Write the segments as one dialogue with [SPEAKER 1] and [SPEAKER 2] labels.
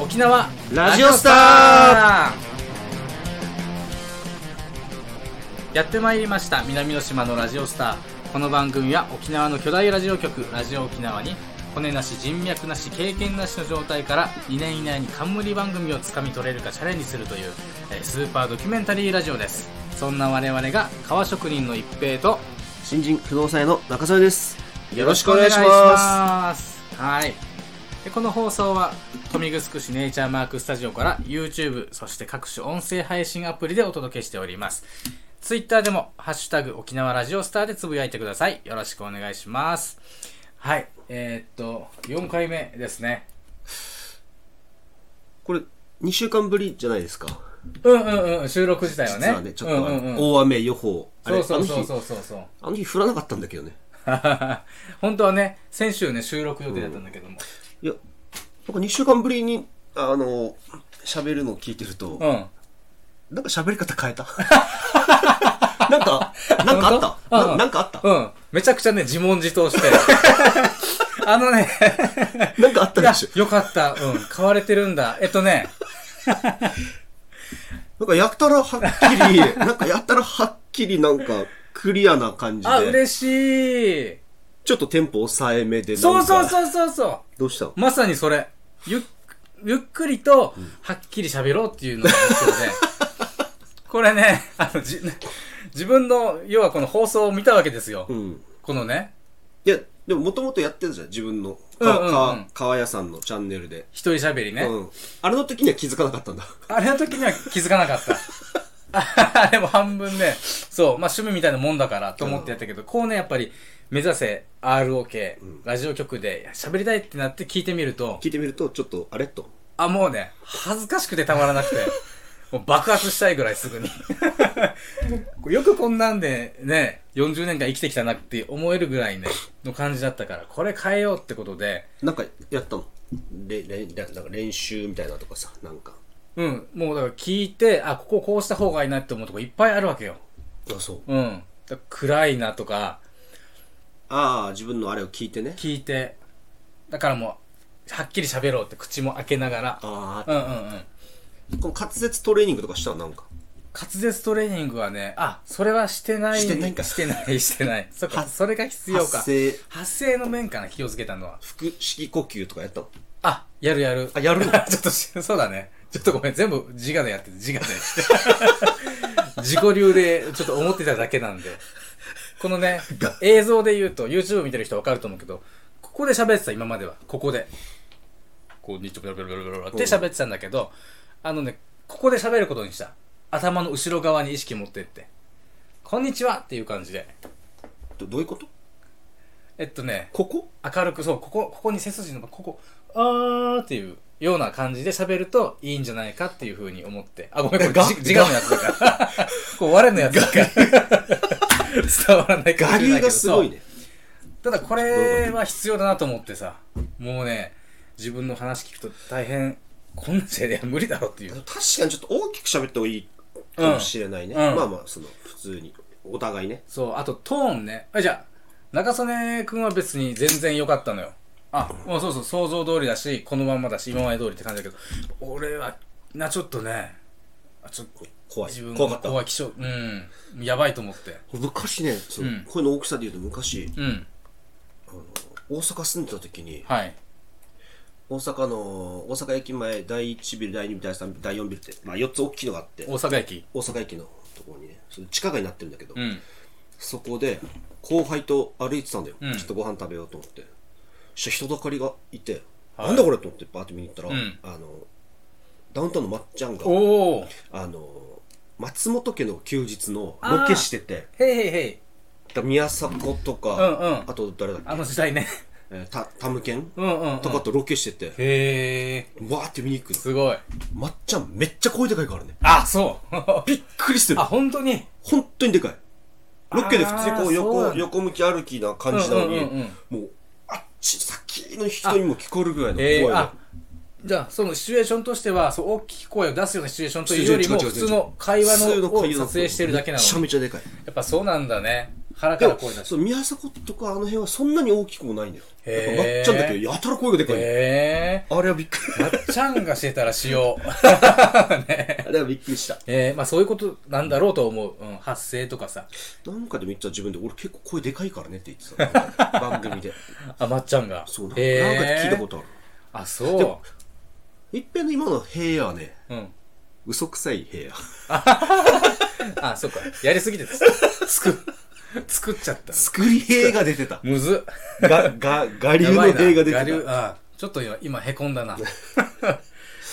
[SPEAKER 1] 沖縄
[SPEAKER 2] ラジオスター
[SPEAKER 1] やってまいりました南の島のラジオスターこの番組は沖縄の巨大ラジオ局ラジオ沖縄に骨なし人脈なし経験なしの状態から2年以内に冠番組をつかみ取れるかチャレンジするという、えースーパードキュメンタリーラジオですそんな我々が革職人の一平と
[SPEAKER 2] 新人不動産屋の中添ですよろしくお
[SPEAKER 1] お
[SPEAKER 2] 願
[SPEAKER 1] 願
[SPEAKER 2] い
[SPEAKER 1] い
[SPEAKER 2] し
[SPEAKER 1] し
[SPEAKER 2] ま
[SPEAKER 1] ます。はい。でこの放送は、富城市ネイチャーマークスタジオから YouTube、そして各種音声配信アプリでお届けしております。Twitter でも、ハッシュタグ沖縄ラジオスターでつぶやいてください。よろしくお願いします。はい。えーっと、4回目ですね。
[SPEAKER 2] すこれ2週間ぶりじゃないですか
[SPEAKER 1] うんうんうん、収録自体は
[SPEAKER 2] 実
[SPEAKER 1] ね。
[SPEAKER 2] はねちょっとあ
[SPEAKER 1] うん
[SPEAKER 2] の
[SPEAKER 1] うんうん。
[SPEAKER 2] 大雨予報あ
[SPEAKER 1] そう
[SPEAKER 2] れ
[SPEAKER 1] そうそう
[SPEAKER 2] あの日
[SPEAKER 1] そうそうそう。
[SPEAKER 2] あの日降らなかったんだけどね
[SPEAKER 1] 本当はね、先週ね、収録予定だったんだけども。
[SPEAKER 2] いやなんか2週間ぶりにあの喋るのを聞いてると、
[SPEAKER 1] うん。
[SPEAKER 2] なんか喋り方変えた なんかなんかあ
[SPEAKER 1] 本
[SPEAKER 2] った
[SPEAKER 1] 当
[SPEAKER 2] ななんかあった
[SPEAKER 1] うん。めちゃくちゃね、自問自答 して。あのね、
[SPEAKER 2] なんかあった
[SPEAKER 1] い
[SPEAKER 2] で
[SPEAKER 1] や
[SPEAKER 2] しょ、
[SPEAKER 1] よかった。うん。買われてるんだ。えっとね、
[SPEAKER 2] なんかやったらはっきり なんかやったらはっきりなんかクリアな感じ
[SPEAKER 1] あ、
[SPEAKER 2] で
[SPEAKER 1] 嬉しい。
[SPEAKER 2] ちょっとテンポ抑えめでなんか
[SPEAKER 1] そうそうそうそうそ
[SPEAKER 2] どうしたの
[SPEAKER 1] う。まさにそれ。ゆっ、ゆっくりと、はっきり喋ろうっていうのが目標で。 これね、あの、じ、自分の、要はこの放送を見たわけですよ。
[SPEAKER 2] うん
[SPEAKER 1] このね、
[SPEAKER 2] いや、でももともとやってたじゃん、自分の。か
[SPEAKER 1] うんうんうん
[SPEAKER 2] か川屋さんのチャンネルで。
[SPEAKER 1] 一人喋りね。
[SPEAKER 2] うん。あれの時には気づかなかったんだ。
[SPEAKER 1] あれの時には気づかなかった。あ でも半分ね、そう、まあ趣味みたいなもんだからと思ってやったけど、こうね、やっぱり目指せ ROK、ラジオ局で喋りたいってなって聞いてみると、
[SPEAKER 2] 聞いてみると、ちょっと、あれと。
[SPEAKER 1] あ、もうね、恥ずかしくてたまらなくて、もう爆発したいぐらいすぐに。よくこんなんでね、40年間生きてきたなって思えるぐらいね、の感じだったから、これ変えようってことで、
[SPEAKER 2] なんか、やったの。れ、れ、なんか練習みたいなとかさ、なんか。
[SPEAKER 1] うん、もうだから聞いて、あ、こここうした方がいいなって思うとこいっぱいあるわけよ。
[SPEAKER 2] あ、そう。
[SPEAKER 1] うん。だ暗いなとか、
[SPEAKER 2] ああ、自分のあれを聞いてね。
[SPEAKER 1] 聞いて、だからもう、はっきり喋ろうって口も開けながら、
[SPEAKER 2] あ
[SPEAKER 1] うんうんうん。
[SPEAKER 2] あ、この滑舌トレーニングとかしたのなんか。
[SPEAKER 1] 滑舌トレーニングはね、あ、それはしてない。
[SPEAKER 2] してないんか
[SPEAKER 1] してない、してない。そっか、
[SPEAKER 2] は
[SPEAKER 1] それが必要か。
[SPEAKER 2] 発声
[SPEAKER 1] 発声の面かな、気をつけたのは。
[SPEAKER 2] 腹式呼吸とかやったの。
[SPEAKER 1] あ、やるやる。
[SPEAKER 2] あ、やるの
[SPEAKER 1] ちょっとし、そうだね。ちょっとごめん、全部自我でやってて、自 我で。自己流で、ちょっと思ってただけなんで。このね、映像で言うと、YouTube 見てる人わかると思うけど、ここで喋ってた、今までは。ここで。こう、ニッチョブラブラブラブラって喋ってたんだけど、あのね、ここで喋ることにした。頭の後ろ側に意識持ってって。こんにちはっていう感じで。
[SPEAKER 2] どどういうこと
[SPEAKER 1] えっとね、
[SPEAKER 2] ここ
[SPEAKER 1] 明るくそうここここに背筋のここあーっていうような感じで喋るといいんじゃないかっていうふうに思ってあごめんこれ
[SPEAKER 2] が
[SPEAKER 1] 自自我のやつだから こう我のやつだから 伝わらないかもしれない
[SPEAKER 2] 我流
[SPEAKER 1] けど
[SPEAKER 2] がすごいね。
[SPEAKER 1] そうただこれは必要だなと思ってさもうね自分の話聞くと大変こんなんじゃいや無理だろうっていう
[SPEAKER 2] 確かにちょっと大きく喋った方がいいかもしれないね。
[SPEAKER 1] うんうん
[SPEAKER 2] まあまあ、その、普通に。お互いね。
[SPEAKER 1] そうあとトーンねあじゃあ中曽根君は別に全然良かったのよあもうそうそう想像通りだしこのまんまだし今まで通りって感じだけど俺はなちょっとねあちょっと
[SPEAKER 2] 怖い
[SPEAKER 1] 自分。が
[SPEAKER 2] 怖かった。
[SPEAKER 1] 怖い気象うんやばいと思って
[SPEAKER 2] 昔ね、その
[SPEAKER 1] うん
[SPEAKER 2] 声の大きさで言うと昔、
[SPEAKER 1] うん
[SPEAKER 2] 大阪住んでた時に、
[SPEAKER 1] はい
[SPEAKER 2] 大阪の、大阪駅前、第1ビル、第2ビル、第3ビル、第4ビルって、まあ4つ大きいのがあって
[SPEAKER 1] 大、阪駅
[SPEAKER 2] 大阪駅のところにね、その地下街になってるんだけど、
[SPEAKER 1] うん
[SPEAKER 2] そこで、後輩と歩いてたんだよ。
[SPEAKER 1] うん
[SPEAKER 2] ちょっとご飯食べようと思って。そしたら人だかりがいて、
[SPEAKER 1] はい
[SPEAKER 2] なんだこれと思ってバーって見に行ったら、
[SPEAKER 1] うん
[SPEAKER 2] あの、ダウンタウンのまっちゃんが、
[SPEAKER 1] おお
[SPEAKER 2] あの、松本家の休日のロケしてて、
[SPEAKER 1] へいへいへい
[SPEAKER 2] だから宮迫とか、
[SPEAKER 1] うんうん
[SPEAKER 2] あと誰だっけ
[SPEAKER 1] あの時代ね
[SPEAKER 2] えーたタムケン
[SPEAKER 1] うんうん、うん、
[SPEAKER 2] とかとロケしてて、
[SPEAKER 1] へえ
[SPEAKER 2] わーって見に行くの。
[SPEAKER 1] すごい
[SPEAKER 2] まっちゃんめっちゃ声でかいからね。
[SPEAKER 1] あそう
[SPEAKER 2] びっくりしてる
[SPEAKER 1] あ。本当に
[SPEAKER 2] 本当にでかい。ロケで普
[SPEAKER 1] あ
[SPEAKER 2] 通にこ
[SPEAKER 1] ー
[SPEAKER 2] う
[SPEAKER 1] そうな
[SPEAKER 2] 横、
[SPEAKER 1] んだ
[SPEAKER 2] 横向き歩きな感じなのに、
[SPEAKER 1] うんうんうんうん
[SPEAKER 2] もう、あっち先の人にも聞こえるぐらいの声
[SPEAKER 1] え
[SPEAKER 2] で。
[SPEAKER 1] ー、あじゃあそのシチュエーションとしてはそう大きい声を出すようなシチュエーションというよりも
[SPEAKER 2] 違う違う違う違う
[SPEAKER 1] 普通の会話
[SPEAKER 2] 普通
[SPEAKER 1] の
[SPEAKER 2] の
[SPEAKER 1] を
[SPEAKER 2] 会話の
[SPEAKER 1] 撮影してるだけなの
[SPEAKER 2] めちゃ
[SPEAKER 1] に
[SPEAKER 2] めちゃでかい。
[SPEAKER 1] やっぱそうなんだね腹か
[SPEAKER 2] で
[SPEAKER 1] ら
[SPEAKER 2] も
[SPEAKER 1] 声出し
[SPEAKER 2] そう宮迫とかあの辺はそんなに大きくもないんだよやっぱ
[SPEAKER 1] へー
[SPEAKER 2] まっちゃんだけやたら声がでかい、
[SPEAKER 1] へ
[SPEAKER 2] あれはびっくり
[SPEAKER 1] えまっちゃんがしてたらしよう。
[SPEAKER 2] あれはびっくりした
[SPEAKER 1] えー、まあそういうことなんだろうと思う。うん、発声とかさ。
[SPEAKER 2] なんかでめっちゃ自分で俺結構声でかいからねって言ってた 番組で
[SPEAKER 1] あ、まっちゃんが。
[SPEAKER 2] そうなんか,、
[SPEAKER 1] へー
[SPEAKER 2] なんか聞いたことある
[SPEAKER 1] あ、
[SPEAKER 2] で
[SPEAKER 1] そ
[SPEAKER 2] も一平の今の部屋はね
[SPEAKER 1] う。うん。
[SPEAKER 2] 嘘くさい部屋
[SPEAKER 1] あ、そうか。やりすぎてた。作、作っちゃった。
[SPEAKER 2] 作り兵が出てた
[SPEAKER 1] むずっ。
[SPEAKER 2] がが我流
[SPEAKER 1] や
[SPEAKER 2] の
[SPEAKER 1] ばい
[SPEAKER 2] 兵が
[SPEAKER 1] な
[SPEAKER 2] 出
[SPEAKER 1] 我
[SPEAKER 2] て
[SPEAKER 1] 流
[SPEAKER 2] た
[SPEAKER 1] あちょっと今今へこんだな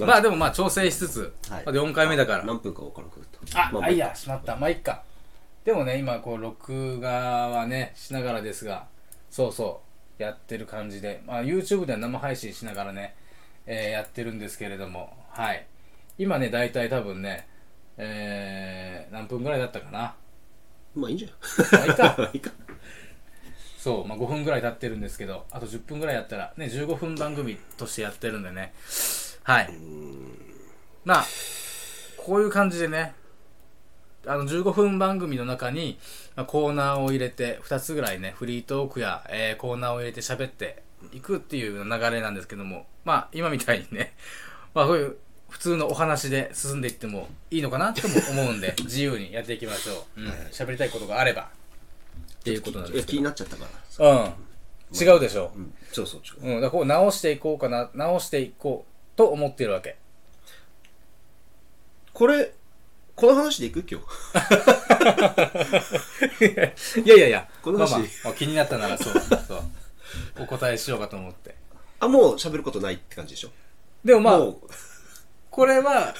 [SPEAKER 1] まあでもまあ調整しつつ、
[SPEAKER 2] はい
[SPEAKER 1] まあ4回目だから
[SPEAKER 2] 何分か分からなくなった
[SPEAKER 1] あ、
[SPEAKER 2] ま
[SPEAKER 1] あ、いいや、しまった。まあ、いっか。でもね、今、こう、録画はね、しながらですが、そうそう、やってる感じで、まあ、YouTube では生配信しながらね、えーやってるんですけれども、はい。今ね、大体多分ね、えー、何分ぐらいだったかな。
[SPEAKER 2] まあいいんじゃ
[SPEAKER 1] まあ、いっか。
[SPEAKER 2] ないいいか
[SPEAKER 1] そう、まあ、5分ぐらい経ってるんですけど、あと10分ぐらいやったら、ね、15分番組としてやってるんでね。はい。まあ、こういう感じでね、あの、15分番組の中に、まあ、コーナーを入れて、2つぐらいね、フリートークや、えーコーナーを入れて喋っていくっていう流れなんですけども、まあ、今みたいにね、 まあ、こういう、普通のお話で進んでいってもいいのかなとも思うんで、自由にやっていきましょう。うん。喋りたいことがあれば、っていうことなん
[SPEAKER 2] い
[SPEAKER 1] で
[SPEAKER 2] や
[SPEAKER 1] すけど
[SPEAKER 2] 気になっちゃったから
[SPEAKER 1] うん。違うでしょ
[SPEAKER 2] う。んそうそう違う
[SPEAKER 1] うん。だからこう直していこうかな、直していこうと思っているわけ。
[SPEAKER 2] これこの話でいく今日
[SPEAKER 1] いやいやいや、
[SPEAKER 2] この話
[SPEAKER 1] まあまあ気になったな らそう、そう。お答えしようかと思って。
[SPEAKER 2] あもう喋ることないって感じでしょ
[SPEAKER 1] でもまあ、
[SPEAKER 2] も
[SPEAKER 1] これは、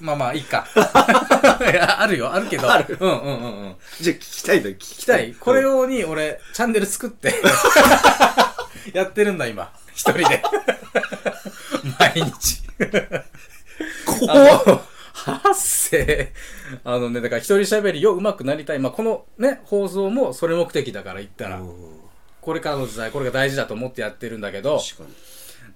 [SPEAKER 1] まあまあ、いいか。 いやあるよ、あるけど。うんうんうんうん。
[SPEAKER 2] うじゃあ聞きたいの聞
[SPEAKER 1] 聞
[SPEAKER 2] き
[SPEAKER 1] きたい。これ用に俺、チャンネル作 って、やってるんだ、今。一人 で。毎日。
[SPEAKER 2] 怖っ
[SPEAKER 1] あの、発声。あのね、だから一人喋りを上手くなりたい。まあ、このね、放送もそれ目的だから言ったら、
[SPEAKER 2] うん
[SPEAKER 1] これからの時代、これが大事だと思ってやってるんだけど、
[SPEAKER 2] 確かに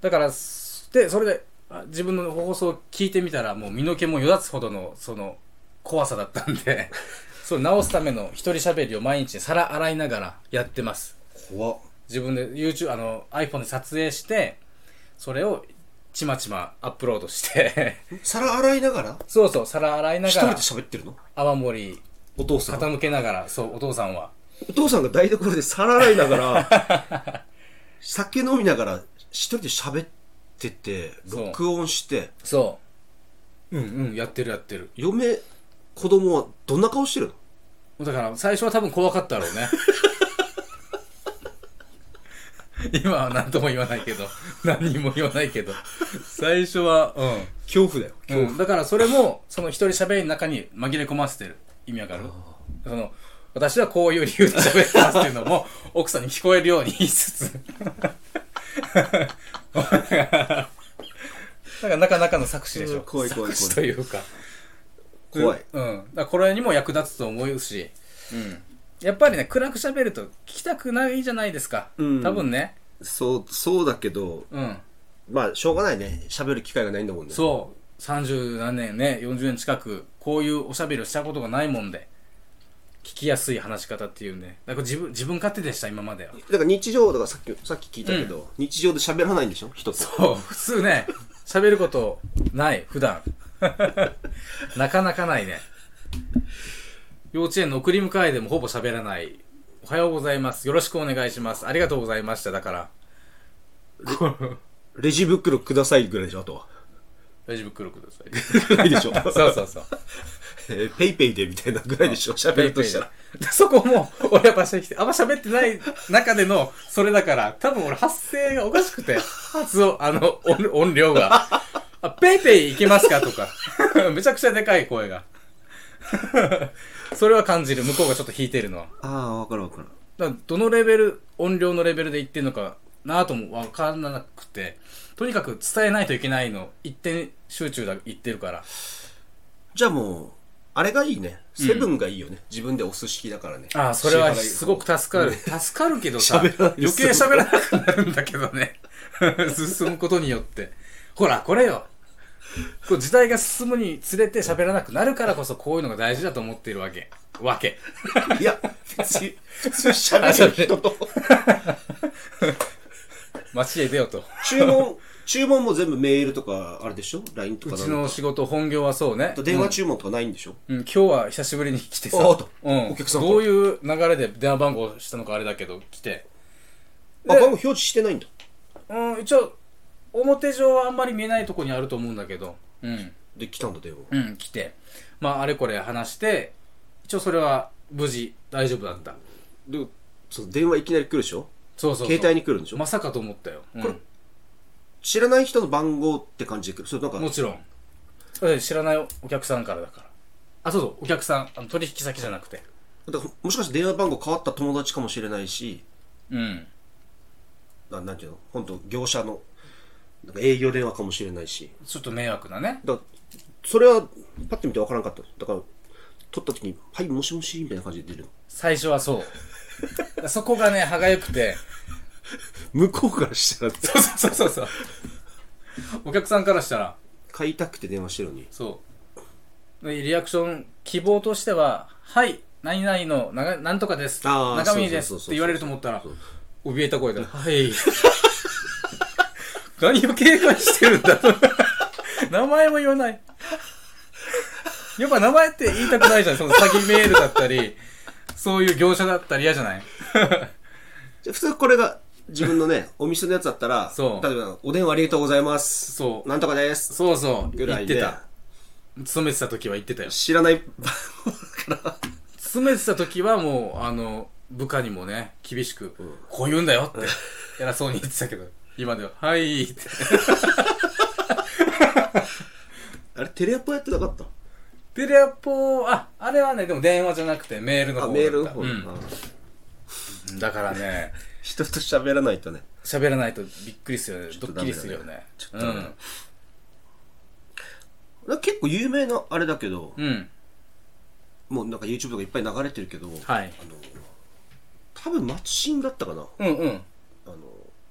[SPEAKER 1] だから、すで、それで、あ自分の放送を聞いてみたら、もう身の毛もよだつほどの、その、怖さだったんで、 それ直すための一人喋りを毎日皿洗いながらやってます。
[SPEAKER 2] 怖っ
[SPEAKER 1] 自分で YouTube、あの、iPhone で撮影して、それをちまちまアップロードして、
[SPEAKER 2] 皿洗いながら
[SPEAKER 1] そうそう、皿洗いな
[SPEAKER 2] 一
[SPEAKER 1] が
[SPEAKER 2] 人で
[SPEAKER 1] ら、
[SPEAKER 2] 喋ってるの
[SPEAKER 1] 泡盛
[SPEAKER 2] お父さん
[SPEAKER 1] 傾けながら、そう、お父さんは。
[SPEAKER 2] お父さんが台所で皿洗いながら 酒飲みながら一人で喋ってて
[SPEAKER 1] そう
[SPEAKER 2] 録音して
[SPEAKER 1] そう。うんうん、やってるやってる。
[SPEAKER 2] 嫁子供はどんな顔してるの
[SPEAKER 1] だから、最初は多分怖かったろうね。 今は何とも言わないけど、何にも言わないけど、最初は、
[SPEAKER 2] 恐怖だよ
[SPEAKER 1] うん。うん、だから、それも、その一人喋りの中に紛れ込ませてる。意味わかるその、私はこういう理由で喋ってますっていうのも、 奥さんに聞こえるように言いつつ。 なんか、なかなかの作詞でしょ。
[SPEAKER 2] うん怖い怖い怖い
[SPEAKER 1] 作詞というか。
[SPEAKER 2] 怖い
[SPEAKER 1] うん。だからこれにも役立つと思うし、やっぱりね、暗く喋ると聞きたくないじゃないですか。
[SPEAKER 2] うん
[SPEAKER 1] 多分ね。
[SPEAKER 2] そうそうだけど
[SPEAKER 1] うん。
[SPEAKER 2] まあしょうがないね喋る機会がないんだもんね
[SPEAKER 1] そう。30何年ね、40年近く、こういうおしゃべりをしたことがないもんで、聞きやすい話し方っていうね。だから自分、自分勝手でした、今までは。
[SPEAKER 2] だから日常だからさっきさっき聞いたけど、日常で喋らないんでしょ人と
[SPEAKER 1] そう、普通ね、喋ることない、普段。 なかなかないね。幼稚園の送り迎えでもほぼ喋らない。おはようございます。よろしくお願いします。ありがとうございました。だから。
[SPEAKER 2] レジ袋くださいぐらいでしょあとは
[SPEAKER 1] 大丈夫、黒ください。
[SPEAKER 2] ぐらいでしょ
[SPEAKER 1] そうそうそう。
[SPEAKER 2] えーペイペイでみたいなぐらいでしょ喋るとしたら
[SPEAKER 1] でそこも、俺やっぱしてきて、あんま喋ってない中での、それだから、多分俺発声がおかしくて、発音、あの、音音量が。あ、ペイペイいけますかとか。 めちゃくちゃでかい声が。 それは感じる。向こうがちょっと弾いてるのは。
[SPEAKER 2] ああ分かる分かる
[SPEAKER 1] だからどのレベル、音量のレベルで言ってんのかなぁともわからなくて、とにかく伝えないといけないの、一点集中だ、言ってるから。
[SPEAKER 2] じゃあもう、あれがいいね。セブンがいいよね。自分でお寿司器だからね。
[SPEAKER 1] ああ、それは
[SPEAKER 2] 支払い
[SPEAKER 1] すごく助かる。助かるけどさ、余
[SPEAKER 2] 喋らない
[SPEAKER 1] 計
[SPEAKER 2] です
[SPEAKER 1] 喋らなくなるんだけどね。 進むことによって。ほら、これよ。こう時代が進むにつれて喋らなくなるからこそこういうのが大事だと思っているわけ。わけ。
[SPEAKER 2] いや、別に、普通喋る人と、
[SPEAKER 1] 街へ出ようと。
[SPEAKER 2] 注文、注文も全部メールとか、あれでしょ ?LINE と
[SPEAKER 1] う
[SPEAKER 2] かな
[SPEAKER 1] ち
[SPEAKER 2] ん
[SPEAKER 1] の
[SPEAKER 2] か
[SPEAKER 1] 仕事、本業はそうね
[SPEAKER 2] あ。と電話注文とかないんでしょ、
[SPEAKER 1] うん、今日は久しぶりに来てさ、
[SPEAKER 2] ああと
[SPEAKER 1] うん、
[SPEAKER 2] お客さんから
[SPEAKER 1] どういう流れで電話番号したのかあれだけど、来て。
[SPEAKER 2] あ、番号表示してないんだ。
[SPEAKER 1] うん、一応、表上はあんまり見えないとこにあると思うんだけど、うん、
[SPEAKER 2] で、来たんだ、電話。
[SPEAKER 1] うん、来て。まあ、あれこれ話して、一応それは無事、大丈夫だった。
[SPEAKER 2] で、その電話いきなり来るでしょ
[SPEAKER 1] そうそうそう。
[SPEAKER 2] 携帯に来るんでしょ、
[SPEAKER 1] まさかと思ったよ。うん
[SPEAKER 2] こ知らない人の番号って感じで来る。それなんか、
[SPEAKER 1] もちろん。だって知らないお客さんからだから。あ、そうそう、お客さん、あの取引先じゃなくて。
[SPEAKER 2] だからもしかして電話番号変わった友達かもしれないし、
[SPEAKER 1] うん。
[SPEAKER 2] ななんていうの本当業者の、なんか営業電話かもしれないし。
[SPEAKER 1] ちょっと迷惑なね。
[SPEAKER 2] だからそれは、パッて見て分からんかった。だから、取った時に、はい、もしもし、みたいな感じで出るの。
[SPEAKER 1] 最初はそう。だ からそこがね、歯がゆくて。
[SPEAKER 2] 向こうからしたら、
[SPEAKER 1] そうそうそうそう。 お客さんからしたら、
[SPEAKER 2] 買いたくて電話してるのに。
[SPEAKER 1] そう。でリアクション、希望としては、はい、何々の、ながなんとかです。
[SPEAKER 2] あー
[SPEAKER 1] 中身です
[SPEAKER 2] そうそうそうそう
[SPEAKER 1] って言われると思ったら
[SPEAKER 2] そう、
[SPEAKER 1] 怯えた声 で、はい。 何を警戒してるんだと。 名前も言わない。やっぱ名前って言いたくないじゃん。その詐欺メールだったり、そういう業者だったり嫌じゃない
[SPEAKER 2] じゃあ普通これが、自分 のね、お店のやつだったら、
[SPEAKER 1] そう
[SPEAKER 2] 例えば、お電話ありがとうございます。
[SPEAKER 1] そう
[SPEAKER 2] なんとかです。
[SPEAKER 1] そうそう。
[SPEAKER 2] ぐら
[SPEAKER 1] 言っ
[SPEAKER 2] い
[SPEAKER 1] て
[SPEAKER 2] で、
[SPEAKER 1] た。勤めてた時は言ってたよ。
[SPEAKER 2] 知らない 番号だから、
[SPEAKER 1] 勤めてた時はもう、あの、部下にもね、厳しく、こう言うんだよって、 偉そうに言ってたけど、今では、はいって。
[SPEAKER 2] あれ、テレアポやってなかった
[SPEAKER 1] テレアポあ、あれはね、でも電話じゃなくてメールの方
[SPEAKER 2] あ、
[SPEAKER 1] だった
[SPEAKER 2] メールの方、
[SPEAKER 1] うん。
[SPEAKER 2] あ
[SPEAKER 1] だからね、
[SPEAKER 2] 人と喋らないとね。
[SPEAKER 1] 喋らないとびっくりするよね。ド
[SPEAKER 2] ょっと
[SPEAKER 1] ッキリするよね。
[SPEAKER 2] ち
[SPEAKER 1] う
[SPEAKER 2] ょっとダメだ
[SPEAKER 1] ん
[SPEAKER 2] ね。だから結構有名なあれだけど、
[SPEAKER 1] うん。
[SPEAKER 2] もうなんか YouTube とかいっぱい流れてるけど、
[SPEAKER 1] はい。
[SPEAKER 2] あの、多分松新だったかな。
[SPEAKER 1] うんうん。
[SPEAKER 2] あの、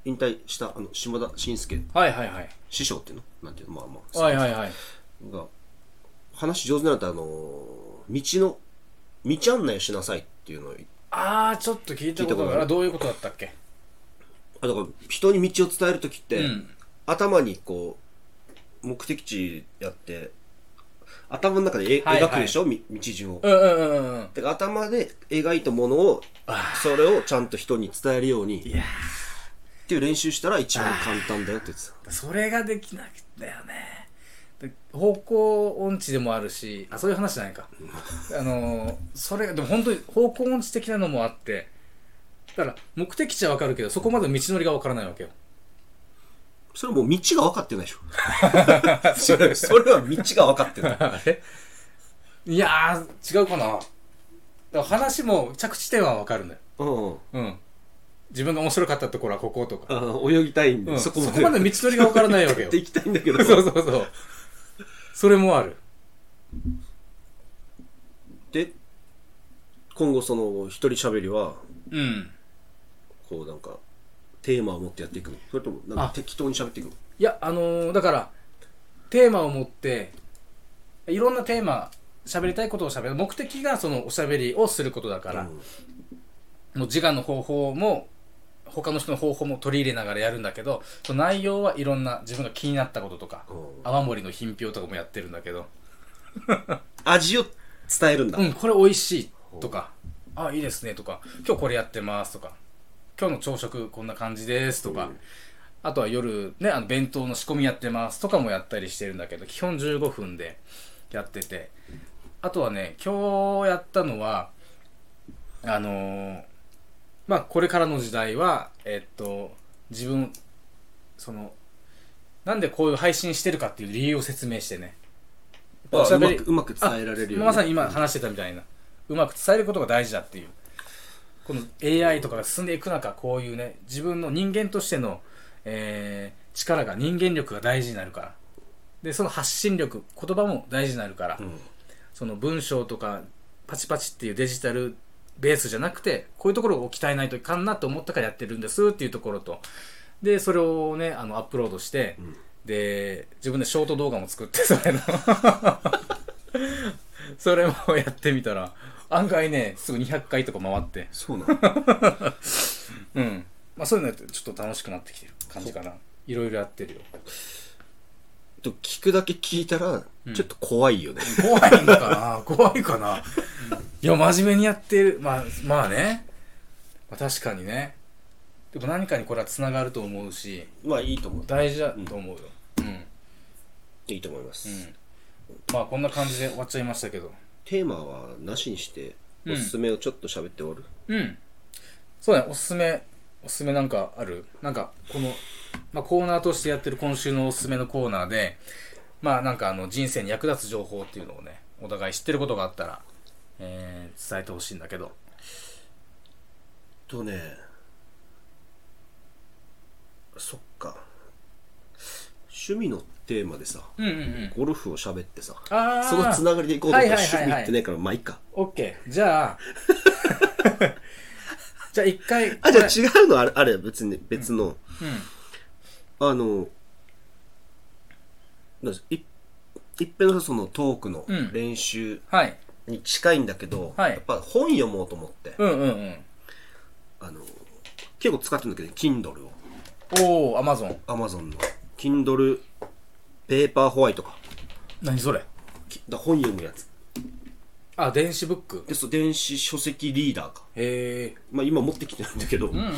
[SPEAKER 2] 引退した、あの、下田晋介
[SPEAKER 1] はいはいはい。
[SPEAKER 2] 師匠っていうのなんていうのまあまあ。
[SPEAKER 1] はいはいはい。
[SPEAKER 2] が、話上手になると、あの、道の、道案内をしなさいっていうのを、
[SPEAKER 1] あー、ちょっと聞いたこと
[SPEAKER 2] 聞いたこと
[SPEAKER 1] が
[SPEAKER 2] あ
[SPEAKER 1] あ
[SPEAKER 2] る
[SPEAKER 1] る。どういうことだったっけ
[SPEAKER 2] あだから人に道を伝えるときって、
[SPEAKER 1] うん
[SPEAKER 2] 頭にこう、目的地やって、頭の中でえ、
[SPEAKER 1] はいはい
[SPEAKER 2] 描くでしょみ道順を。
[SPEAKER 1] うんうんうんうんうん。
[SPEAKER 2] だから頭で描いたものを、
[SPEAKER 1] あ
[SPEAKER 2] それをちゃんと人に伝えるように、
[SPEAKER 1] いや
[SPEAKER 2] っていう練習したら一番簡単だよって言ってた。
[SPEAKER 1] ー、それができなくてよね。で方向音痴でもあるし、あ、そういう話じゃないか。あのー、それが、でも本当に方向音痴的なのもあって、だから目的地はわかるけど、そこまで道のりがわからないわけよ。
[SPEAKER 2] それもう道が分かってないでしょ。 それそれは道が分かってない。
[SPEAKER 1] あれいやー、違うかな。だから話も着地点はわかるんだよ。
[SPEAKER 2] うんうん
[SPEAKER 1] うん。自分が面白かったところはこことか。
[SPEAKER 2] あの。泳ぎたいんで、
[SPEAKER 1] うん、そ
[SPEAKER 2] そ
[SPEAKER 1] こ
[SPEAKER 2] こま
[SPEAKER 1] ま
[SPEAKER 2] で。
[SPEAKER 1] で道のりがわからないわけ
[SPEAKER 2] や
[SPEAKER 1] よ
[SPEAKER 2] って。いきたいんだけど。
[SPEAKER 1] そうそうそう。それもある。
[SPEAKER 2] で、今後その一人喋りは、
[SPEAKER 1] うん。
[SPEAKER 2] こうなんか、テーマを持ってやっていくのそれとも、なん
[SPEAKER 1] あ
[SPEAKER 2] か適当に喋っていくの
[SPEAKER 1] いや、あのーだから、テーマを持って、いろんなテーマ、喋りたいことを喋る。目的がそのおしゃべりをすることだから、
[SPEAKER 2] うん
[SPEAKER 1] もう自我の方法も、他の人の方法も取り入れながらやるんだけど、その内容はいろんな自分が気になったこととか、
[SPEAKER 2] うん
[SPEAKER 1] 泡盛の品評とかもやってるんだけど、
[SPEAKER 2] 味を伝えるんだ。
[SPEAKER 1] うん、これ美味しいとか、あ、いいですねとか、今日これやってますとか、今日の朝食こんな感じですとか、あとは夜ね、あの弁当の仕込みやってますとかもやったりしてるんだけど、基本15分でやってて、あとはね、今日やったのは、あのーまあこれからの時代は、えっと、自分、その、なんでこういう配信してるかっていう理由を説明してね。
[SPEAKER 2] あ
[SPEAKER 1] おしゃ
[SPEAKER 2] う
[SPEAKER 1] べ
[SPEAKER 2] ま
[SPEAKER 1] り
[SPEAKER 2] くうまく伝えられるように。
[SPEAKER 1] まさに今話してたみたいな、うまく伝えることが大事だっていうこの AI とかが進んでいく中こういうね自分の人間としての、えー力が人間力が大事になるからでその発信力言葉も大事になるから、
[SPEAKER 2] うん
[SPEAKER 1] その文章とかパチパチっていうデジタルベースじゃなくてこういうところを鍛えないといかんなと思ったからやってるんですっていうところとでそれをねあのアップロードして、で自分でショート動画も作ってそれのそれもやってみたら案外ね、すぐ200回とか回って、
[SPEAKER 2] そうなの
[SPEAKER 1] うん。まあそういうのやってちょっと楽しくなってきてる感じかな。いろいろやってるよ。
[SPEAKER 2] と聞くだけ聞いたらちょっと怖いよね、
[SPEAKER 1] 怖いのかな 怖いかないや、真面目にやってる。まあ、まあね。まあ確かにね。でも何かにこれは繋がると思うし、
[SPEAKER 2] まあいいと思う
[SPEAKER 1] 大事だと思うよ。うん。うん。
[SPEAKER 2] いいと思います、
[SPEAKER 1] まあこんな感じで終わっちゃいましたけど。
[SPEAKER 2] テーマはなしにしておすすめをちょっと喋っておる、
[SPEAKER 1] うん。そうだね、おすすめ、おすすめなんかあるなんか、この、まあ、コーナーとしてやってる今週のおすすめのコーナーで、まあなんかあの人生に役立つ情報っていうのをね、お互い知ってることがあったら、えー、伝えてほしいんだけど。
[SPEAKER 2] とねそっか趣味のテーマでさ
[SPEAKER 1] うんうんうん。
[SPEAKER 2] ゴルフを喋ってさ
[SPEAKER 1] あー
[SPEAKER 2] そのつながりでいこうと思ったら
[SPEAKER 1] はいはい
[SPEAKER 2] 趣
[SPEAKER 1] はいはい
[SPEAKER 2] 味ってねえからまあいいか
[SPEAKER 1] オッケー。じゃ あ、じゃあ一回。
[SPEAKER 2] あじゃ
[SPEAKER 1] こ
[SPEAKER 2] あ違うのあれあれ別に別の、
[SPEAKER 1] れうん。
[SPEAKER 2] あの、なんですいいっぺんのそのトークの
[SPEAKER 1] うん
[SPEAKER 2] 練習
[SPEAKER 1] はい。
[SPEAKER 2] に近いんだけど、
[SPEAKER 1] はい
[SPEAKER 2] やっぱ本読もうと思って、
[SPEAKER 1] うんうんうん。
[SPEAKER 2] あの、結構使ってるんだけど、Kindle を。
[SPEAKER 1] おー、アマゾン。
[SPEAKER 2] Amazon の。Kindle ペーパーホワイトか。
[SPEAKER 1] 何それ
[SPEAKER 2] きだ本読むやつ。
[SPEAKER 1] あ、電子ブック。
[SPEAKER 2] で、そう、電子書籍リーダーか。
[SPEAKER 1] へ
[SPEAKER 2] まあ今持ってきてないんだけど、
[SPEAKER 1] ー。うんうんうん。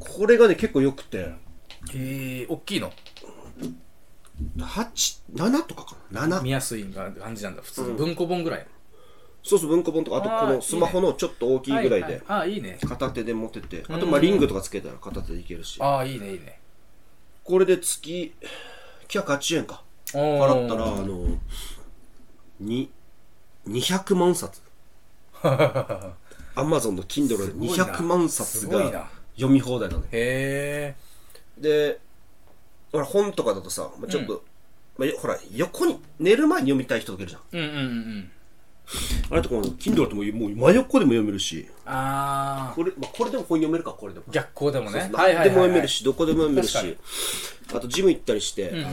[SPEAKER 2] これがね、結構良くて、
[SPEAKER 1] へー、大きいの。
[SPEAKER 2] 8、7とかかな ?7。
[SPEAKER 1] 見やすい感じなんだ普通、文庫本ぐらい
[SPEAKER 2] そうそう、文庫本とか、あと
[SPEAKER 1] あー
[SPEAKER 2] このスマホのちょっと大きいぐらい
[SPEAKER 1] は
[SPEAKER 2] で
[SPEAKER 1] は、ああいいね
[SPEAKER 2] 片手で持てて、あとまあリングとかつけたら片手でいけるし。
[SPEAKER 1] ああいいねいいね
[SPEAKER 2] これで月980円か
[SPEAKER 1] おー
[SPEAKER 2] 払ったらあのに200万 冊アマゾンの Kindle です
[SPEAKER 1] ごいな
[SPEAKER 2] 200万冊
[SPEAKER 1] すごい
[SPEAKER 2] が
[SPEAKER 1] な
[SPEAKER 2] 読み放題なのよ
[SPEAKER 1] へえ
[SPEAKER 2] でほら本とかだとさ、まあ、ちょっと、まあよ、ほら横に寝る前に読みたい人とかいるじゃん
[SPEAKER 1] うんうんうんうん
[SPEAKER 2] あれとかも Kindle ってもうもう真横でも読めるし
[SPEAKER 1] ああ
[SPEAKER 2] これ,、まあ、これでも本読めるかこれでも
[SPEAKER 1] 逆光でもね
[SPEAKER 2] そうそう
[SPEAKER 1] はい
[SPEAKER 2] 何
[SPEAKER 1] はい
[SPEAKER 2] で
[SPEAKER 1] は
[SPEAKER 2] も
[SPEAKER 1] いはい
[SPEAKER 2] 読めるし、どこでも読める
[SPEAKER 1] 確
[SPEAKER 2] し、あとジム行ったりして、
[SPEAKER 1] んうん
[SPEAKER 2] あの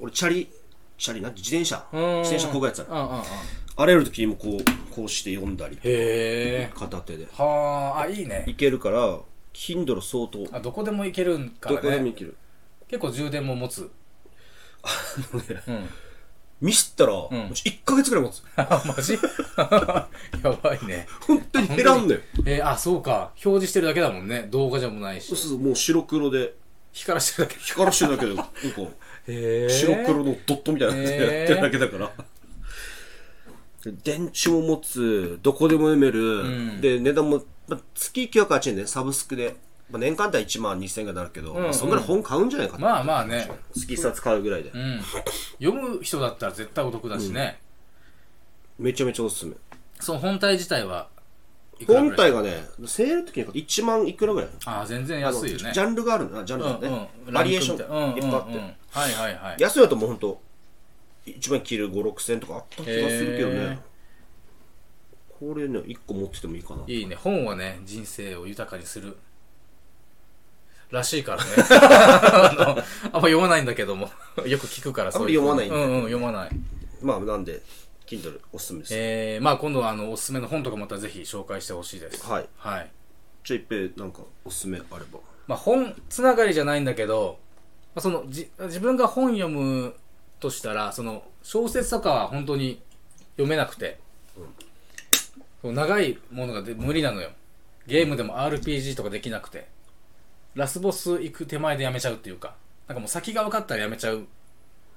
[SPEAKER 2] 俺、チャリ、チャリ、なんて自転車、
[SPEAKER 1] うんうん
[SPEAKER 2] 自転車こぐやつある
[SPEAKER 1] うんうんうんへ
[SPEAKER 2] あらゆる時にもこう、こうして読んだり、
[SPEAKER 1] え
[SPEAKER 2] 片手で。
[SPEAKER 1] はああいいね
[SPEAKER 2] いけるから、Kindle 相当、
[SPEAKER 1] あどこでも行けるんから
[SPEAKER 2] どこでもい
[SPEAKER 1] ね
[SPEAKER 2] ける。
[SPEAKER 1] 結構充電も持つ
[SPEAKER 2] あの ね
[SPEAKER 1] うん
[SPEAKER 2] ミスったら、
[SPEAKER 1] ん
[SPEAKER 2] 1ヶ月ぐらい持つ。
[SPEAKER 1] あマジ やばいね
[SPEAKER 2] 本当に減らんのよ。
[SPEAKER 1] えー、あそうか表示してるだけだもんね動画じゃもない
[SPEAKER 2] そう
[SPEAKER 1] し
[SPEAKER 2] そう、もう白黒で、
[SPEAKER 1] 光らしてるだけ
[SPEAKER 2] 光らしてるだけ で、なんか、
[SPEAKER 1] へえ
[SPEAKER 2] 白黒のドットみたいなやつでやってるだけだから。電池も持つ、どこでも読める、
[SPEAKER 1] うん
[SPEAKER 2] で、値段も、まあ、月980円で、サブスクで、まあ、年間だ1万2000円がなるけど、
[SPEAKER 1] ん
[SPEAKER 2] まあそんぐらい本買うんじゃないかと、
[SPEAKER 1] まあまあね
[SPEAKER 2] 月一冊買うぐらいで、
[SPEAKER 1] うん、読む人だったら絶対お得だしね、
[SPEAKER 2] めちゃめちゃおすすめ。
[SPEAKER 1] その本体自体はいくらぐ
[SPEAKER 2] 本
[SPEAKER 1] らい
[SPEAKER 2] 体がね、セールの時に1万いくらぐらい
[SPEAKER 1] ああ全然
[SPEAKER 2] あの
[SPEAKER 1] 安いよね
[SPEAKER 2] ジャンルがあるんだな、ジャンルがね、
[SPEAKER 1] うんうん、
[SPEAKER 2] バリエーション
[SPEAKER 1] ランク
[SPEAKER 2] い
[SPEAKER 1] み
[SPEAKER 2] ったぱ
[SPEAKER 1] いなうん
[SPEAKER 2] いあって、
[SPEAKER 1] うんうんはいはいはい
[SPEAKER 2] 安いだともうほんと、1万切る5、6000円とかあった気がするけどね、
[SPEAKER 1] へ
[SPEAKER 2] これね、1個持っててもいいかな。
[SPEAKER 1] いいね本はね人生を豊かにするらしいから ねあのあんま読まないんだけどもよく聞くからそういう
[SPEAKER 2] あんまり読
[SPEAKER 1] うん
[SPEAKER 2] ま
[SPEAKER 1] うん読まない
[SPEAKER 2] まあ、なんで、Kindle おすすめです。
[SPEAKER 1] えー、まあ今度はあのおすすめの本とかまたぜひ紹介してほしいです
[SPEAKER 2] はい。
[SPEAKER 1] はい
[SPEAKER 2] ちょいっぺなんかおすすめあれば。
[SPEAKER 1] まあ、本つながりじゃないんだけど、まあ、そのじ自分が本読むとしたらその小説とかは本当に読めなくて、そう長いものがで無理なのよゲームでも RPG とかできなくてラスボス行く手前でやめちゃうっていうかなんかもう先が分かったらやめちゃう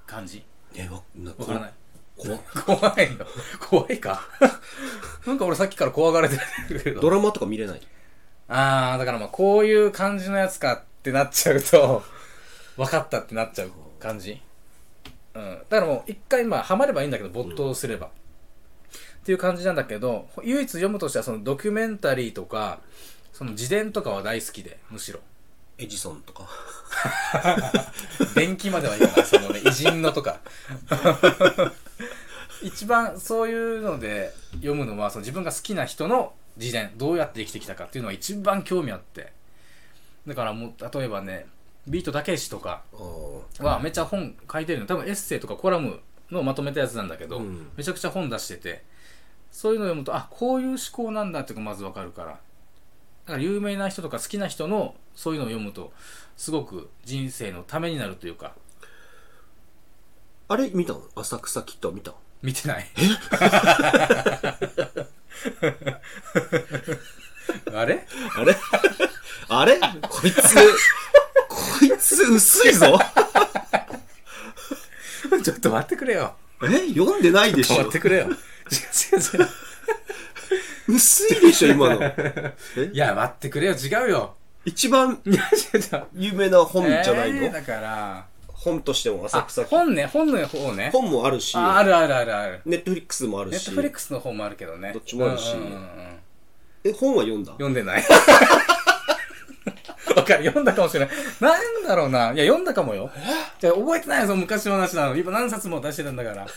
[SPEAKER 1] 感じ
[SPEAKER 2] え、わ、な
[SPEAKER 1] 分からない
[SPEAKER 2] 怖っ
[SPEAKER 1] 怖いの怖いか なんか俺さっきから怖がられてるけど
[SPEAKER 2] ドラマとか見れない。
[SPEAKER 1] ああ、だからまあこういう感じのやつかってなっちゃうと、 分かったってなっちゃう感じ。うん。だからもう一回まあハマればいいんだけど、没頭すれば。っていう感じなんだけど、唯一読むとしてはそのドキュメンタリーとか、その自伝とかは大好きで、むしろ。
[SPEAKER 2] エジソンとか。
[SPEAKER 1] 電気まではいかない、そのね、偉人のとか。 一番そういうので読むのは、その自分が好きな人の自伝、どうやって生きてきたかっていうのが一番興味あって。だからもう、例えばね、ビートたけしとか
[SPEAKER 2] ああ。
[SPEAKER 1] はめっちゃ本書いてるの、多分エッセイとかコラムのまとめたやつなんだけど、
[SPEAKER 2] うん
[SPEAKER 1] めちゃくちゃ本出してて、そういうのを読むとあこういう思考なんだっていうのがまず分かるからだから有名な人とか好きな人のそういうのを読むとすごく人生のためになるというか
[SPEAKER 2] あれ見たの浅草キッドは見た
[SPEAKER 1] 見てない あれ
[SPEAKER 2] あれ あれこいつ、こいつ薄いぞ
[SPEAKER 1] ちょっと待ってくれよ
[SPEAKER 2] え読んでないでし
[SPEAKER 1] 止ま
[SPEAKER 2] ょ
[SPEAKER 1] ってくれよ違う違う違
[SPEAKER 2] 薄いでしょ今 の。
[SPEAKER 1] ういや待ってくれよ違う よ
[SPEAKER 2] 一番
[SPEAKER 1] いや違う違う
[SPEAKER 2] 有名な本じゃないの、
[SPEAKER 1] えーだから
[SPEAKER 2] 本としても浅
[SPEAKER 1] あ
[SPEAKER 2] 草キッド。
[SPEAKER 1] 本ね本の方ね
[SPEAKER 2] 本もあるし、
[SPEAKER 1] ああるあるあるある
[SPEAKER 2] ネットフリックスもある
[SPEAKER 1] ネッ
[SPEAKER 2] し
[SPEAKER 1] ト。フリックスの方もあるけどね
[SPEAKER 2] どっちもあるし
[SPEAKER 1] うんうんうん
[SPEAKER 2] え、本は読んだ
[SPEAKER 1] 読んでない わかる読んだかもしれないなんだろうないや読んだかもよじゃあ覚えてないよその昔の話なの今何冊も出してたんだからだ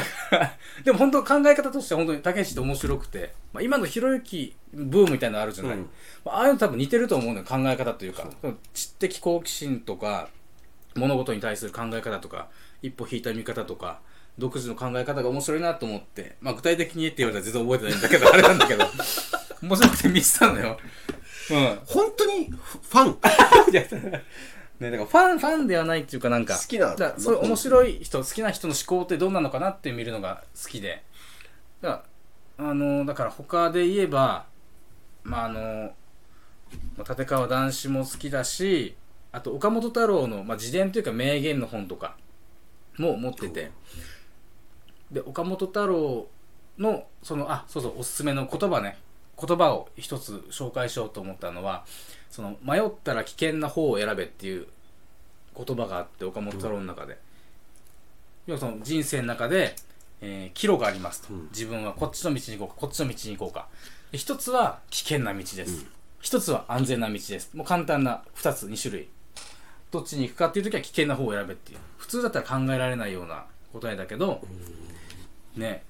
[SPEAKER 1] からでも本当考え方としては本当にたけしって面白くて、まあ、今のひろゆきブームみたいなのあるじゃない、
[SPEAKER 2] うん
[SPEAKER 1] まあああいうの多分似てると思うのよ考え方というかその知的好奇心とか物事に対する考え方とか一歩引いた見方とか独自の考え方が面白いなと思って、まあ、具体的に言えって言われたら全然覚えてないんだけどあれなんだけど面白くて見てたのよ。うん。
[SPEAKER 2] 本当にファン
[SPEAKER 1] いやね、だからファン、ファンではないっていうかなんか、
[SPEAKER 2] 好きな
[SPEAKER 1] だからそういう面白い人、好きな人の思考ってどうなのかなって見るのが好きで。だから、あの、だから他で言えば、まああの、まあ立川談志も好きだし、あと岡本太郎の、まあ、自伝というか名言の本とかも持ってて、で、岡本太郎の、その、あ、そうそう、おすすめの言葉ね、言葉を一つ紹介しようと思ったのは、その迷ったら危険な方を選べっていう言葉があって岡本太郎の中で、要はその人生の中で、えー岐路がありますと、
[SPEAKER 2] うん
[SPEAKER 1] 自分はこっちの道に行こうかこっちの道に行こうかで一つは危険な道です、一つは安全な道ですもう簡単な2つ2種類どっちに行くかっていう時は危険な方を選べっていう普通だったら考えられないような答えだけど、ね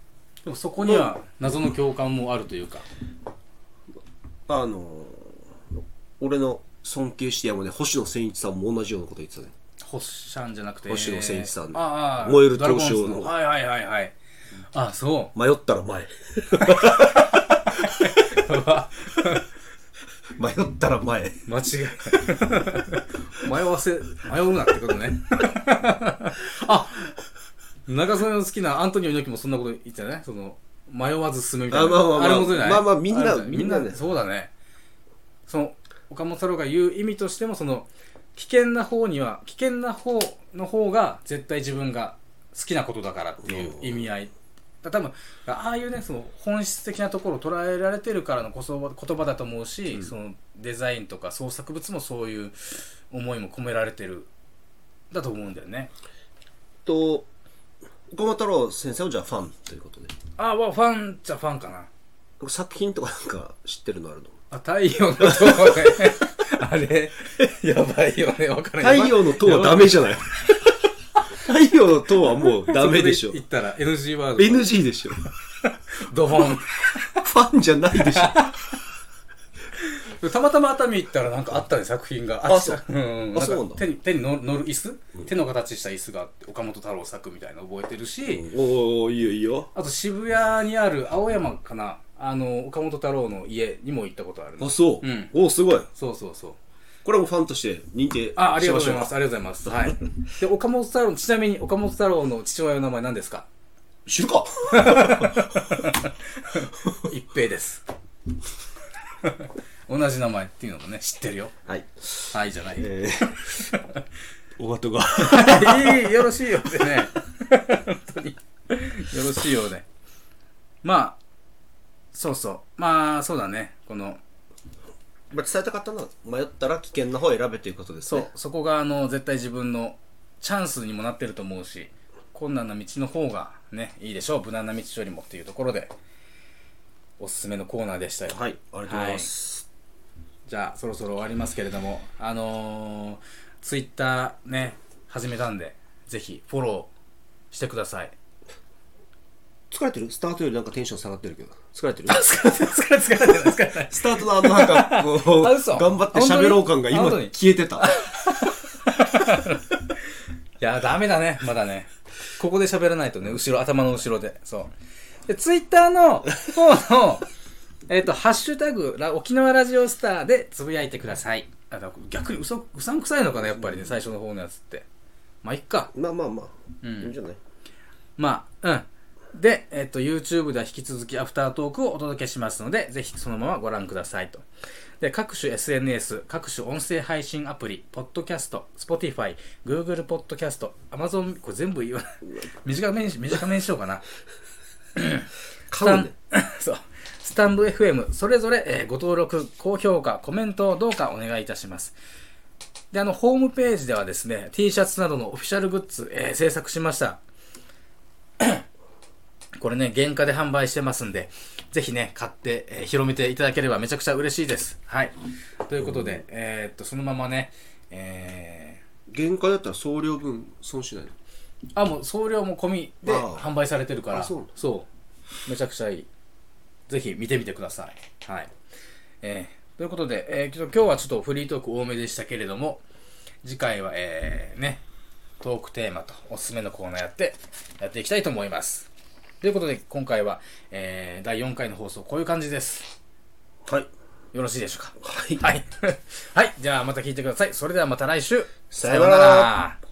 [SPEAKER 1] でもそこには謎の共感もあるというか、
[SPEAKER 2] あのー、俺の尊敬してやまね、星野千一さんも同じようなこと言ってたね。
[SPEAKER 1] 星シャンじゃなくて
[SPEAKER 2] 星野千一さんの
[SPEAKER 1] ああ
[SPEAKER 2] 燃える
[SPEAKER 1] ドラゴンズ
[SPEAKER 2] 闘争の
[SPEAKER 1] はいはいはいはいあそ
[SPEAKER 2] 迷ったら前。
[SPEAKER 1] ううわ
[SPEAKER 2] 迷ったら前。
[SPEAKER 1] 間違え 迷わせ迷うなってことね あ中曽根の好きなアントニオ猪木もそんなこと言ってたねその迷わず進むみたいな
[SPEAKER 2] あまあまあまあ
[SPEAKER 1] れもそうじゃない
[SPEAKER 2] まあまあみんな
[SPEAKER 1] れもみんな
[SPEAKER 2] みんなね
[SPEAKER 1] そうだねその岡本太郎が言う意味としてもその危険な方には危険な方の方が絶対自分が好きなことだからっていう意味合いだ多分ああいうねその本質的なところを捉えられてるからのこそ言葉だと思うし、そのデザインとか創作物もそういう思いも込められてるだと思うんだよね
[SPEAKER 2] と、岡本太郎先生はじゃあファンということで。
[SPEAKER 1] ああファンじゃファンかな
[SPEAKER 2] 作品とかなんか知ってるのあるの
[SPEAKER 1] あ太陽の塔ね あれ やばいよねわからない
[SPEAKER 2] 太陽の塔はダメじゃない。太陽の塔はもうダメでしょ
[SPEAKER 1] そこ。言ったら NG ワード
[SPEAKER 2] NG でしょ。
[SPEAKER 1] ドボン
[SPEAKER 2] ファンじゃないでしょ。
[SPEAKER 1] たまたま熱海行ったらなんかあったね作品が
[SPEAKER 2] あそう
[SPEAKER 1] 違うんうん、
[SPEAKER 2] あそうなんだ
[SPEAKER 1] か手に手に乗る乗る椅子、手の形した椅子があって岡本太郎作みたいなの覚えてるし、
[SPEAKER 2] おー、いいよいいよ。
[SPEAKER 1] あと渋谷にある青山かなあの岡本太郎の家にも行ったことあるね
[SPEAKER 2] あ、そう。
[SPEAKER 1] うん
[SPEAKER 2] おー、すごい。
[SPEAKER 1] そうそうそう
[SPEAKER 2] これもファンとして認定
[SPEAKER 1] ああり
[SPEAKER 2] し
[SPEAKER 1] がと
[SPEAKER 2] ま
[SPEAKER 1] うご
[SPEAKER 2] し
[SPEAKER 1] ざ
[SPEAKER 2] ょ
[SPEAKER 1] いうます
[SPEAKER 2] か。
[SPEAKER 1] ありがとうござい ますはいで岡本太郎ちなみに岡本太郎の父親の名前何ですか
[SPEAKER 2] 知るか
[SPEAKER 1] 一平です 同じ名前っていうのもね知ってるよ
[SPEAKER 2] はい。
[SPEAKER 1] はいじゃない、
[SPEAKER 2] えー、おがとが。
[SPEAKER 1] いいよろしいよってね本当によろしいようでまあそうそうまあそうだねこの
[SPEAKER 2] まあ、伝えたかったのは、迷ったら危険な方を選べということです
[SPEAKER 1] そう
[SPEAKER 2] ね。
[SPEAKER 1] そこがあの絶対自分のチャンスにもなってると思うし困難な道の方がねいいでしょう無難な道よりもっていうところでおすすめのコーナーでしたよ、
[SPEAKER 2] はい、ありがとうございます。
[SPEAKER 1] じゃあそろそろ終わりますけれどもあのー、ツイッターね始めたんでぜひフォローしてくだ さい
[SPEAKER 2] 疲れてるスタートよりなんかテンション下がってるけど。疲れてる
[SPEAKER 1] 疲れてる疲れてる疲れてる疲れてる
[SPEAKER 2] スタートのあのなんか、こう、
[SPEAKER 1] あ嘘
[SPEAKER 2] 頑張って喋ろう感が今
[SPEAKER 1] 本当に
[SPEAKER 2] 消えてた。
[SPEAKER 1] いや、ダメだね、まだね。ここで喋らないとね、後ろ、頭の後ろで。そう。でツイッターの方の、えっと、ハッシュタグ、ラ沖縄ラジオスターでつぶやいてください。あだから逆にうそうさんくさいのかな、やっぱりね、最初の方のやつって。まあ、いっか。
[SPEAKER 2] まあまあまあ、
[SPEAKER 1] うん
[SPEAKER 2] いいんじゃない
[SPEAKER 1] まあ、うん。で、えっと、YouTube では引き続きアフタートークをお届けしますので、ぜひそのままご覧くださいと。で、各種 SNS、各種音声配信アプリ、Podcast、Spotify、Google Podcast、Amazon、これ全部言わない。短めにし、短めにしようかな。
[SPEAKER 2] 買うね
[SPEAKER 1] スタン そうスタンド FM それぞれ、えーご登録高評価コメントをどうかお願いいたしますであのホームページではですね T シャツなどのオフィシャルグッズ、えー制作しましたこれね原価で販売してますんでぜひね買って、えー広めていただければめちゃくちゃ嬉しいですはいということで、えーっとそのままねえ
[SPEAKER 2] 原価だったら送料分損しないの
[SPEAKER 1] ーあもう送料も込みで
[SPEAKER 2] ああ
[SPEAKER 1] 販売されてるから
[SPEAKER 2] あそう
[SPEAKER 1] そうめちゃくちゃいいぜひ見てみてください。はい。えーということで、えーちょっと今日はちょっとフリートーク多めでしたけれども、次回は、えーね、トークテーマとおすすめのコーナーやって、やっていきたいと思います。ということで、今回は、えー第4回の放送、こういう感じです。
[SPEAKER 2] はい
[SPEAKER 1] よろしいで しょうか。
[SPEAKER 2] はい
[SPEAKER 1] はい。はい。じゃあ、また聞いてください。それではまた来週。
[SPEAKER 2] さようなら